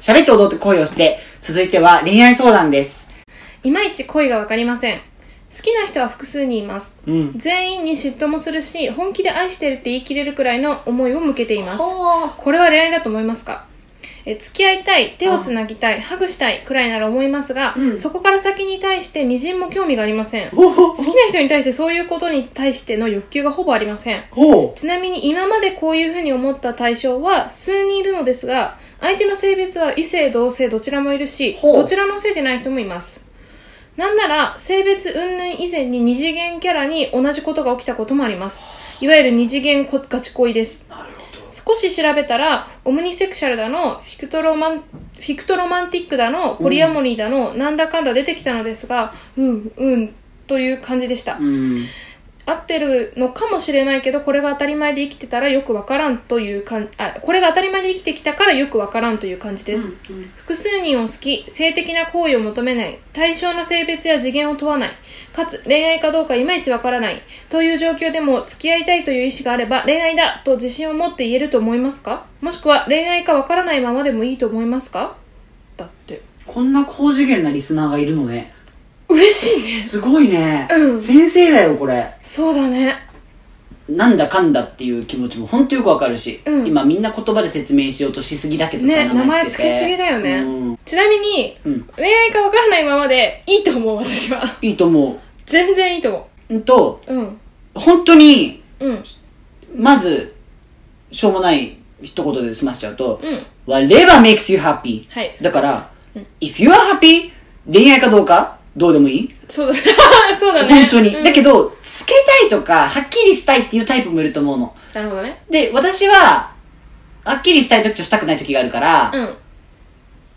喋って踊って恋をして、続いては恋愛相談です。いまいち恋がわかりません。好きな人は複数にいます。うん。全員に嫉妬もするし、本気で愛してるって言い切れるくらいの思いを向けています。ほーこれは恋愛だと思いますかえ付き合いたい、手をつなぎたい、ハグしたいくらいなら思いますが、うんそこから先に対して微塵も興味がありません。好ほほきな人に対してそういうことに対しての欲求がほぼありません。ほちなみに今までこういうふうに思った対象は数人いるのですが、相手の性別は異性同性どちらもいるし、ほうどちらのせいでない人もいます。なんなら、性別云々以前に二次元キャラに同じことが起きたこともあります。いわゆる二次元こガチ恋です。なるほど。少し調べたら、オムニセクシャルだの、フィクトロマン、フィクトロマンティックだの、ポリアモニーだの、なんだかんだ出てきたのですが、うん、うん、という感じでした。うん。合ってるのかもしれないけどこれが当たり前で生きてたらよくわからんというかんあこれが当たり前で生きてきたからよくわからんという感じです、複数人を好き性的な行為を求めない対象の性別や次元を問わないかつ恋愛かどうかいまいちわからないという状況でも付き合いたいという意思があれば恋愛だと自信を持って言えると思いますかもしくは恋愛かわからないままでもいいと思いますかだってこんな高次元なリスナーがいるのね。嬉しいねすごいね。うん先生だよ、これ。そうだねなんだかんだっていう気持ちもほんとよくわかるし、うん今みんな言葉で説明しようとしすぎだけどさ、ね名前つけすぎだよねうんちなみにうん。恋愛かわからないままでいいと思う私はいいと思全然いいと思う。んと、ううん本当に、うんまず、しょうもない一言で済ましちゃうと、うん whatever makes you happy。はいだから、う if you are happy, 恋愛かどうか、どうでもいい、そうだそうだ ね本当に。うんだけど、つけたいとか、はっきりしたいっていうタイプもいると思うの。なるほどねで、私は、はっきりしたい時としたくない時があるから、うん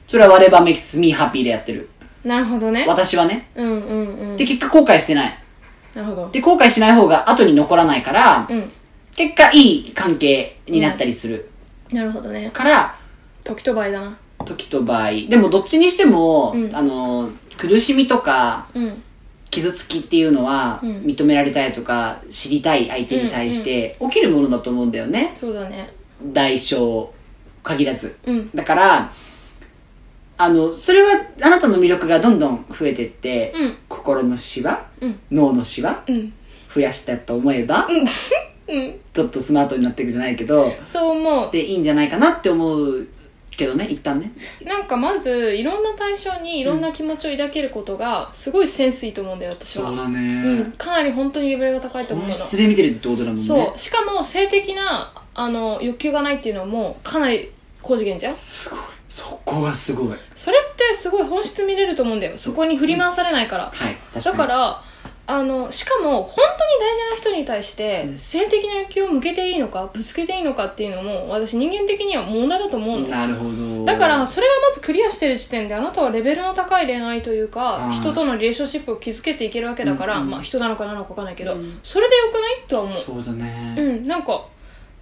それは whatever makes me happy でやってる。なるほどね私はね。うんうんうんで、結果後悔してない。なるほどで、後悔しない方が後に残らないから、うん結果いい関係になったりする。なるほどねから、時と場合だな時と場合でもどっちにしても、うんあの苦しみとかうん傷つきっていうのは、うん認められたいとか知りたい相手に対して起きるものだと思うんだよねそうだね代償限らずうんだからあのそれはあなたの魅力がどんどん増えてって、うん心のシワうん脳のシワうん増やしたと思えば、うんちょっとスマートになっていくじゃないけどそう思うでいいんじゃないかなって思うけどね一旦ねなんかまずいろんな対象にいろんな気持ちを抱けることがすごいセンスいいと思うんだよ私はだねうんかなり本当にレベルが高いと思うの失礼見てるってことだもんねそうしかも性的なあの欲求がないっていうのもかなり高次元じゃんすごいそこはすごいそれってすごい本質見れると思うんだよそこに振り回されないから、はい確かだにからあのしかも本当に大事な人に対して、うん性的な欲求を向けていいのかぶつけていいのかっていうのも私人間的には問題だと思うの、なるほどだからそれがまずクリアしてる時点であなたはレベルの高い恋愛というあかー人とのリレーションシップを築けていけるわけだから、うんうんまあ人なのかなのか分かんないけうど、んそれでよくないとは思うそうだうねん、なんか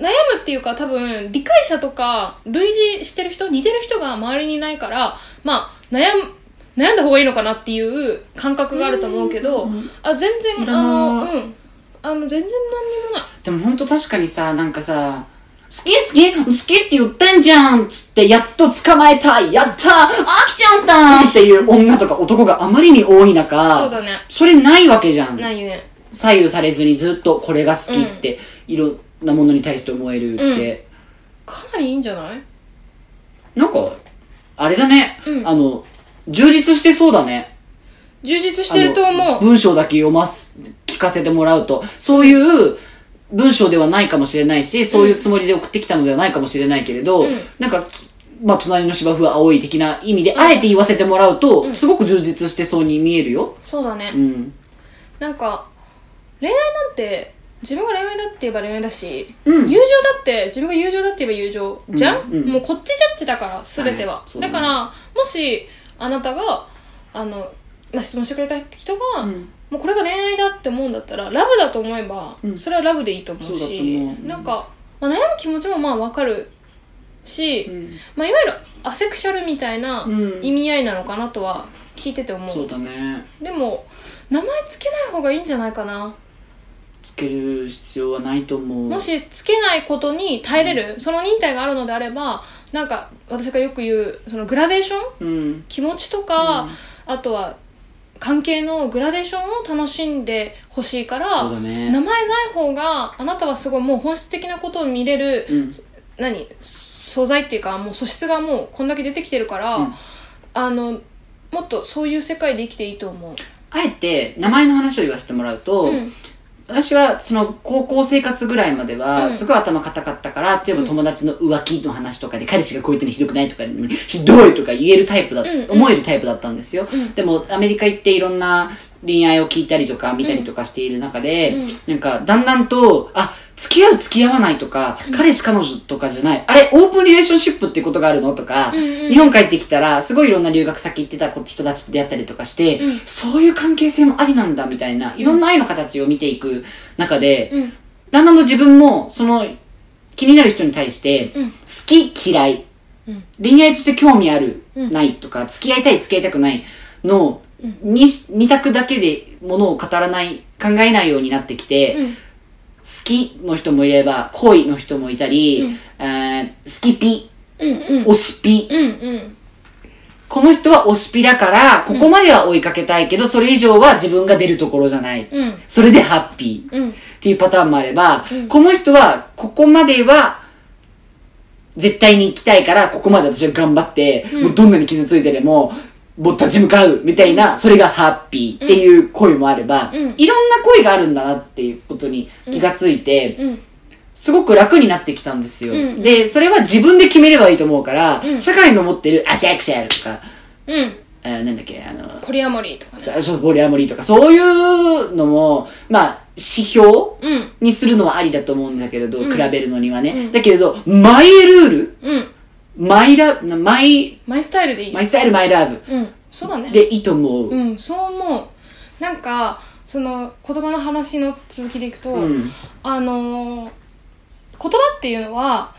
悩むっていうか多分理解者とか類似してる人似てる人が周りにいないからまあ悩む悩んだ方がいいのかなっていう感覚があると思うけどうんあ全然いらあなのいうんあの全然何にもないでも本当確かにさなんかさ好き好き好きって言ったんじゃんつってやっと捕まえたやったー飽きちゃったーっていう女とか男があまりに多い中そうだねそれないわけじゃんないよね左右されずにずっとこれが好きって、いろんなものに対して思えるって、かなりいいんじゃないなんかあれだね、うんあの充実してそうだね充実してると思あのう文章だけ読ます、聞かせてもらうと、そういう文章ではないかもしれないし、そういうつもりで送ってきたのではないかもしれないけれど、うんなんか、きまあ、隣の芝生は青い的な意味で、あえて言わせてもらうと、うんすごく充実してそうに見えるよ。そうだねうん。なんか恋愛なんて自分が恋愛だって言えば恋愛だし、うん友情だって自分が友情だって言えば友情じゃん、うんうんもうこっちジャッジだから全ては、はいそうだだねからもしあなたがあの、まあ、質問してくれた人が、うんもうこれが恋愛だって思うんだったらラブだと思えば、うんそれはラブでいいと思うそうだとし思うなんか、まあ、悩む気持ちもまあ分かるし、うんまあ、いわゆるアセクシャルみたいなうん意味合いなのかなとは聞いてて思そうだね。でも名前つけない方がいいんじゃないかなつける必要はないと思う。もしつけないことに耐えれる、その忍耐があるのであればなんか私がよく言うそのグラデーションうん気持ちとか、あとは関係のグラデーションを楽しんでほしいからそうだね名前ない方があなたはすごいもう本質的なことを見れる、うん何素材っていうかもう素質がもうこんだけ出てきてるから、うんあのもっとそういう世界で生きていいと思う、あえて名前の話を言わせてもらうと、うん私はその高校生活ぐらいまでうはんすごい頭固かったから、例えば友達の浮気の話とかで彼氏がこう言ってるのひどくないとかひどいとか言えるタイプだ、うんうん思えるタイプだったんですよ、うんでもアメリカ行っていろんな恋愛を聞いたりとか見たりとかしている中で、うんなんかだんだんとあ付き合う付き合わないとか、彼氏彼女とかじゃないあれオープンリレーションシップってことがあるのとか、うんうん日本帰ってきたらすごいいろんな留学先行ってた子人たちと出会ったりとかして、うんそういう関係性もありなんだみたいないろんな愛の形を見ていく中で、うんだんだんと自分もその気になる人に対してうん好き嫌い、うん恋愛として興味ある、うんないとか付き合いたい付き合いたくないの、うんに二択だけでものを語らない考えないようになってきて、うん好きの人もいれば恋の人もいたり、えー好きピうんうん推しピ、うんうんこの人は推しピだから、ここまでは追いかけたいけど、それ以上は自分が出るところじゃない。うんそれでハッピーうんっていうパターンもあれば、うんこの人はここまでは絶対に行きたいから、ここまで私は頑張って、うんもうどんなに傷ついてでも、もう立ち向かうみたいな、それがハッピーっていう恋もあれば、うんいろんな恋があるんだなっていうことに気がついて、うんすごく楽になってきたんですよ。うんで、それは自分で決めればいいと思うから、うん社会の持ってるアセクシャルとか、うんあーなんだっけ、あの、コリアモリーとかねあそうボリアモリーとか、そういうのも、まあ、指標うんにするのはありだと思うんだけれど、うん比べるのにはね。うんだけれど、マイルールうんマイラ、なマイ、マイスタイルでいいマイスタイル、マイラブうんそうだねでいいと思う。う、んそう思うなんかその言葉の話の続きでいくと、うん。あのー言葉っていうのは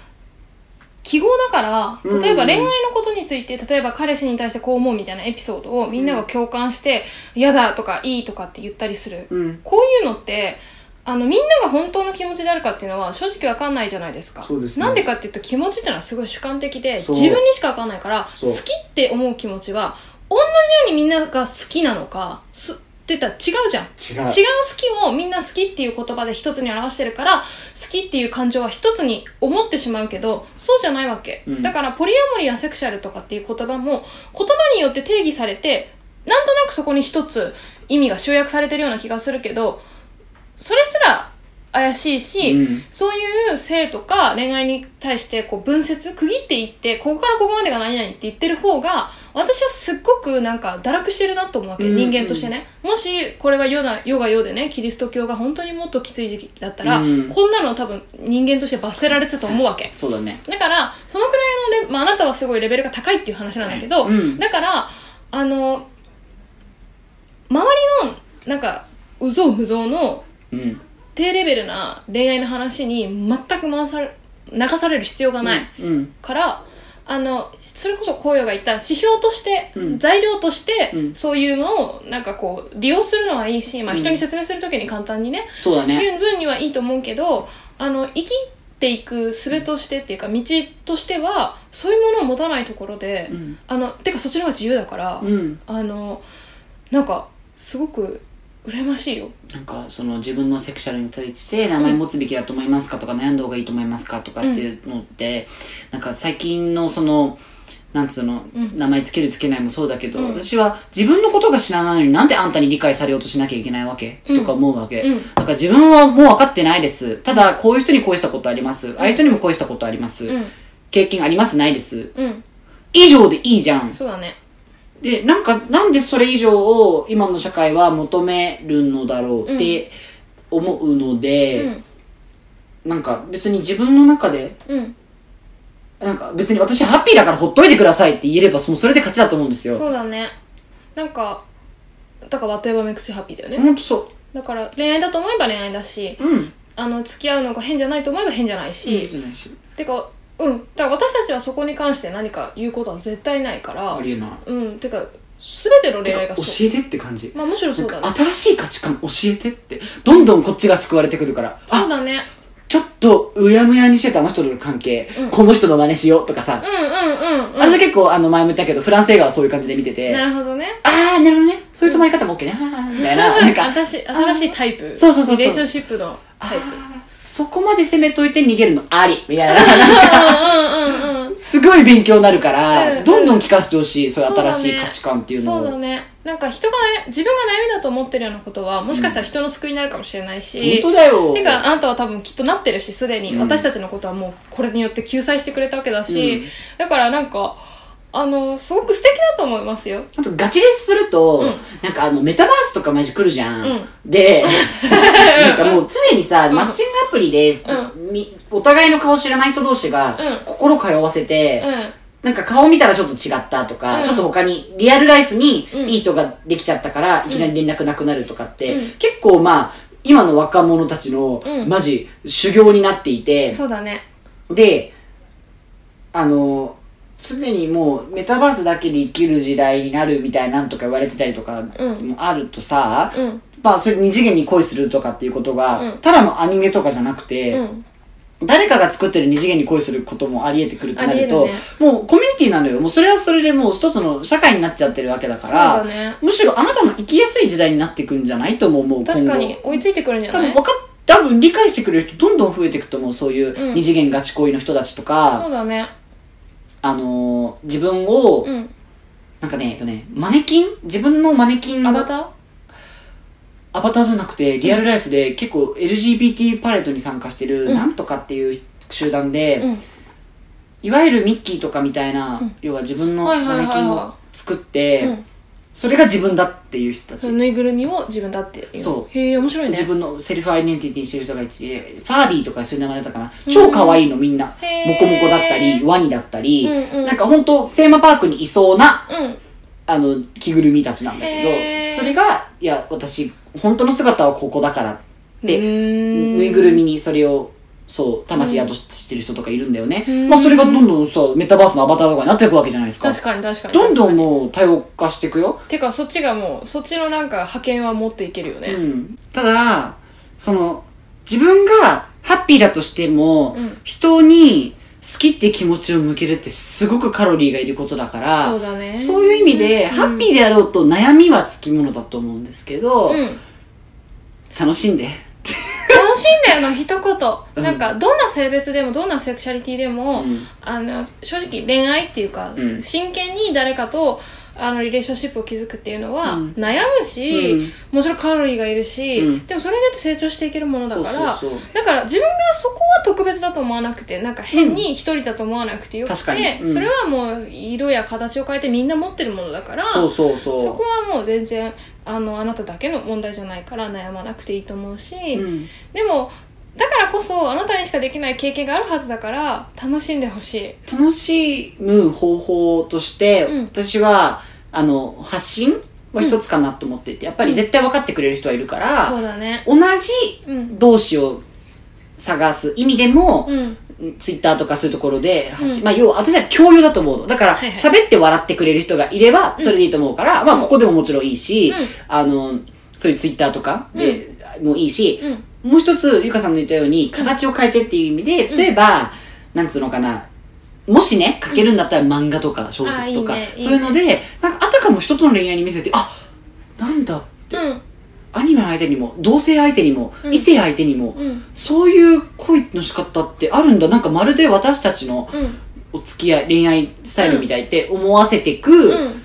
記号だから例えばうん恋愛のことについて例えば彼氏に対してこう思うみたいなエピソードをみんなが共感して「嫌だ」とか「いい」とかって言ったりする、うん。こういうのってあのみんなが本当の気持ちであるかっていうのは正直わかんないじゃないですかそうですねなんでかっていうと気持ちっていうのはすごい主観的でそう自分にしかわかんないからそ好うきって思う気持ちは同じようにみんなが好きなのかすって言ったら違うじゃ違う。ん違う好きをみんな好きっていう言葉で一つに表してるから好きっていう感情は一つに思ってしまうけどそうじゃないわけ、うんだからポリアモリやセクシャルとかっていう言葉も言葉によって定義されてなんとなくそこに一つ意味が集約されてるような気がするけどそれすら怪しいし、うんそういう性とか恋愛に対してこう分節区切っていってここからここまでが何々って言ってる方が私はすっごくなんか堕落してるなと思うわけ、うんうん人間としてねもしこれが世な世が世でねキリスト教が本当にもっときつい時期だったら、うんこんなの多分人間として罰せられてたと思うわけそうだね。だからそのくらいのレ、まあ、あなたはすごいレベルが高いっていう話なんだけど、うんだからあの周りのなんかうぞうむぞうのうん。低レベルな恋愛の話に全く回され流される必要がない、うん。からあのそれこそ紅葉が言った指標として、うん材料として、うんそういうのをなんかこう利用するのはいいし、まあ、うん人に説明するときに簡単にね、そうだね。いう分にはいいと思うけどあの生きていく術としてっていうか道としてはそういうものを持たないところで、うん。あのてかそっちの方が自由だから、うん。あのなんかすごく羨ましいよ。なんかその自分のセクシャルに対して名前持つべきだと思いますかとか悩んだ方がいいと思いますかとかっていうのって、なんか最近のそのなんつうの、うん名前つけるつけないもそうだけど、うん私は自分のことが知らないのになんであんたに理解されようとしなきゃいけないわけ、うんとか思うわけ、うんなんか自分はもう分かってないですただこういう人に恋したことあります、ああいう人にも恋したことあります、うん経験ありますないですうん以上でいいじゃんそうだねで、なんか、なんでそれ以上を今の社会は求めるのだろうって思うのうで、んなんか別に自分の中で、うんなんか別に私ハッピーだからほっといてくださいって言えれば、もうそれで勝ちだと思うんですよ。そうだねなんかだから「Whatever makes you happy」だよね、ほんとそだから恋愛だと思えば恋愛だしう。うん。あの付き合うのが変じゃないと思えば変じゃないし、じゃないし。てかうんだから私たちはそこに関して何か言うことは絶対ないからありえない。うんてか全ての恋愛てがか教そうえてって感じ。まあむしろなそんうだかね新しい価値観教えてって。どんどんこっちが救われてくるから。そうあ、だねちょっとうやむやにしてたあの人との関係、うんこの人の真似しようとかさ、うんうんうんうん私は結構あの前も言ったけど、フランス映画はそういう感じで見てて、なるほどねあー、なるほどね。そういう止まり方も OK ね。あーみたい な、なんか、私新しいタイプそうそうそうそうリレーションシップのあタイプーそこまで攻めといて逃げるのありみたいな。 うんうんうんうんすごい勉強になるかうんうら、んどんどん聞かせてほしい。そういう新しそういだね価値観っていうのそうだを。ねなんか人がね自分が悩みだと思ってるようなことはもしかしたら人の救いになるかもしれない本し、当だよ。てかあなたは多分きっとなってるしすでに、うん私たちのことはもうこれによって救済してくれたわけだし、うんだからなんかあのすごく素敵だと思いますよあとガチレスすると、うんなんかあのメタバースとかマジ来るじゃん。うん で、なんかもう常にさ、うんマッチングアプリで、うみお互いの顔知らない人同士が、うん心通わせて、うんなんか顔見たらちょっと違ったとか、うんちょっと他にリアルライフにうんいい人ができちゃったから、んいきなり連絡なくなるとかって、うん結構まあ、今の若者たちの、うんマジ修行になっていて、そうだねで、あの、常にもうメタバースだけで生きる時代になるみたいなんとか言われてたりとかうんもあるとさ、うんまあそういう二次元に恋するとかっていうことが、うんただのアニメとかじゃなくて、うん誰かが作ってる二次元に恋することもあり得てくるとなるあとりもうコミュニティなのよ。もうそれはそれでもう一つの社会になっちゃってるわけだそかうだら、ねむしろあなたの生きやすい時代になっていくんじゃないとも思う。確かに今後追いついてくるんじゃ多な分い分かっ多分理解してくれる人どんどん増えていくと思う。そういううん二次元ガチ恋の人たちとか、そうだねあのー自分を、うんなんかね、えっとね、マネキン自分のマネキンアバタアバターじゃなくて、リアルライフで結構 LGBT パレードに参加してる、うんなんとかっていう集団で、ーうんいわゆるミッキーとかみたいな、うん要は自分のはいはマネいはいはいキンを作って、うんそれが自分だっていう人たち。そのぬいぐるみを自分だっていうそうへえ面白いね自分のセルフアイデンティティにしてる人がいて、ファービーとかそういう名前だったかな。超可愛いのみんな。へーモコモコだったり、ワニだったり、うんうんなんか本当テーマパークにいそうなうんあの、着ぐるみたちなんだけへーど、それが、いや、私、本当の姿はここだからっうて、ーんぬいぐるみにそれを、そう、魂宿してる人とかいるんだよねう。んまあ、それがどんどんさ、メタバースのアバターとかになっていくわけじゃないですか。確かに確かにどんどんもう多様化していくよ。てかそっちがもうそっちのなんか派遣は持っていけるようねん。ただ、その、自分がハッピーだとしても、うん人に好きって気持ちを向けるってすごくカロリーがいることだから、そうだねそういう意味で、うんハッピーであろうと悩みはつきものだと思うんですけど、うん楽しんで。楽しいんだよの一うん言なんかどんな性別でもどんなセクシャリティでも、うんあの正直恋愛っていうか、うん真剣に誰かとあのリレーションシップを築くっていうのは、うん悩むし、うんもちろんカロリーがいるし、うんでもそれによって成長していけるものだからそうそうそうだから自分がそこは特別だと思わなくてなんか変に一人だと思わなくてよくて、確かにうんそれはもう色や形を変えてみんな持ってるものだからそうそうそう。そこはもう全然あのあなただけの問題じゃないから悩まなくていいと思うし、うんでもだからこそあなたにしかできない経験があるはずだから楽しんでほしい楽しむ方法として、うん私は、あの、発信は一つかなと思っていて、やっぱり絶対分かってくれる人はいるから、そうだね同じうん同士を探す意味でも、うんツイッターとかそういうところで発信、うんまあ要は私は共有だと思うの。だから、はいはい喋って笑ってくれる人がいれば、それでいいと思うから、まあここでももちろんいいし、うんあの、そういうツイッターとかでもいいし、うんもう一つ、ゆかさんの言ったように、形を変えてっていう意味で、うん例えば、なんつうのかな、もしね、書けるんだったら漫画とか小説とか、あーいいねいいねそういうので、なんかあたかも人との恋愛に見せて、あなんだ、うんアニメ相手にも、同性相手にも、うん異性相手にも、うんそういう恋の仕方ってあるんだ。なんかまるで私たちのうんお付き合い、恋愛スタイルみたいって思わせてく、うん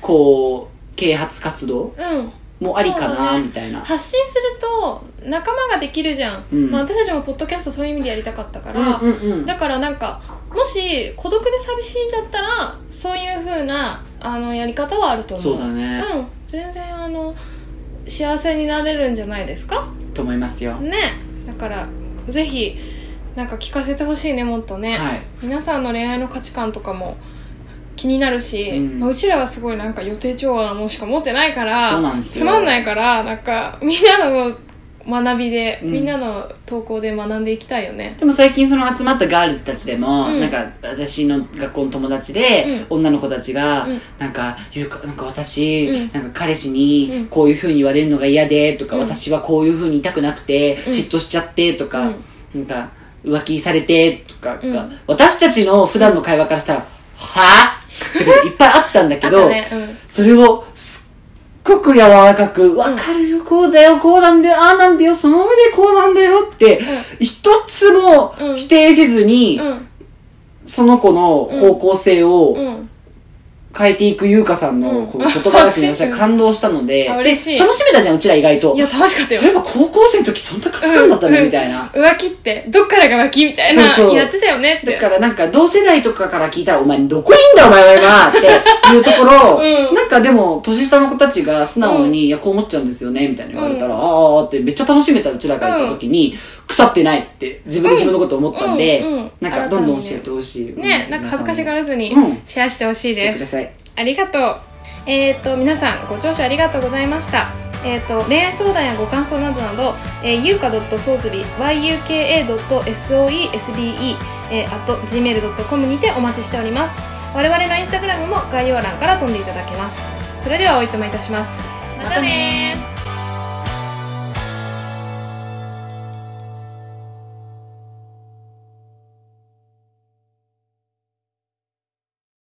こう、啓発活動うんもありかそうだな、ねみたいな。発信すると仲間ができるじゃん、うんまあ、私たちもポッドキャストそういう意味でやりたかったかうら、んうんうん。だからなんかもし孤独で寂しいんだったらそういう風なあのやり方はあると思そううだね、うん全然あの幸せになれるんじゃないですかと思いますよ。ねだからぜひなんか聞かせてほしいねもっとね、はい。皆さんの恋愛の価値観とかも気になるし、うんまあうちらはすごいなんか予定調和なもんしか持ってないからそうなんですよつまんないからなんかみんなの学びで、うんみんなの投稿で学んでいきたいよねでも最近その集まったガールズたちでも、うんなんか私の学校の友達で、女の子たちが、うんなんか、ゆうか、なんか私、うんなんか彼氏うにんこういう風に言われるのが嫌で、とか、うん私はこういう風に痛くなくて、うん嫉妬しちゃって、とか、うんなんか浮気されてとかが、うん私たちの普段の会話からしたら「はぁってこといっぱいあったんだけあど、とねうんそれをすっごく柔らかく「わかるよこうだよこうなんだよああなんだよその上でこうなんだよ」って一つもうん否定せずに、うんその子の方向性をうん変えていく優香さんうのんこの言葉だけに 私は感動したので、あ嬉しい楽しめたじゃんうちら意外といや楽しかったよそういえば高校生の時そんな価値観だったの、うんみたいな。浮気ってどっからが浮気みたいなそうそうやってたよねってだからなんか同世代とかから聞いたらお前どこいんだお前は今っていうところ、うんなんかでも年下の子たちが素直に、いやこう思っちゃうんですよねみたいな言われたら、ああってめっちゃ楽しめたうちらがいた時に、腐ってないって自分で自分のこと思ったんで、うんうんなんかどんどん教えてほしい。ねなんか恥ずかしがららずにうんシェアしてほしいてでくすだ、さい。ありがとう。えっ、と、皆さん、ご聴取ありがとうございました。えっ、と、恋愛相談やご感想などなど、えー、ゆうか .sozubi、yuka.soesbe、えー、あと、gmail.com にてお待ちしております。我々のインスタグラムも概要欄から飛んでいただけます。それではおいとまいたします。またねー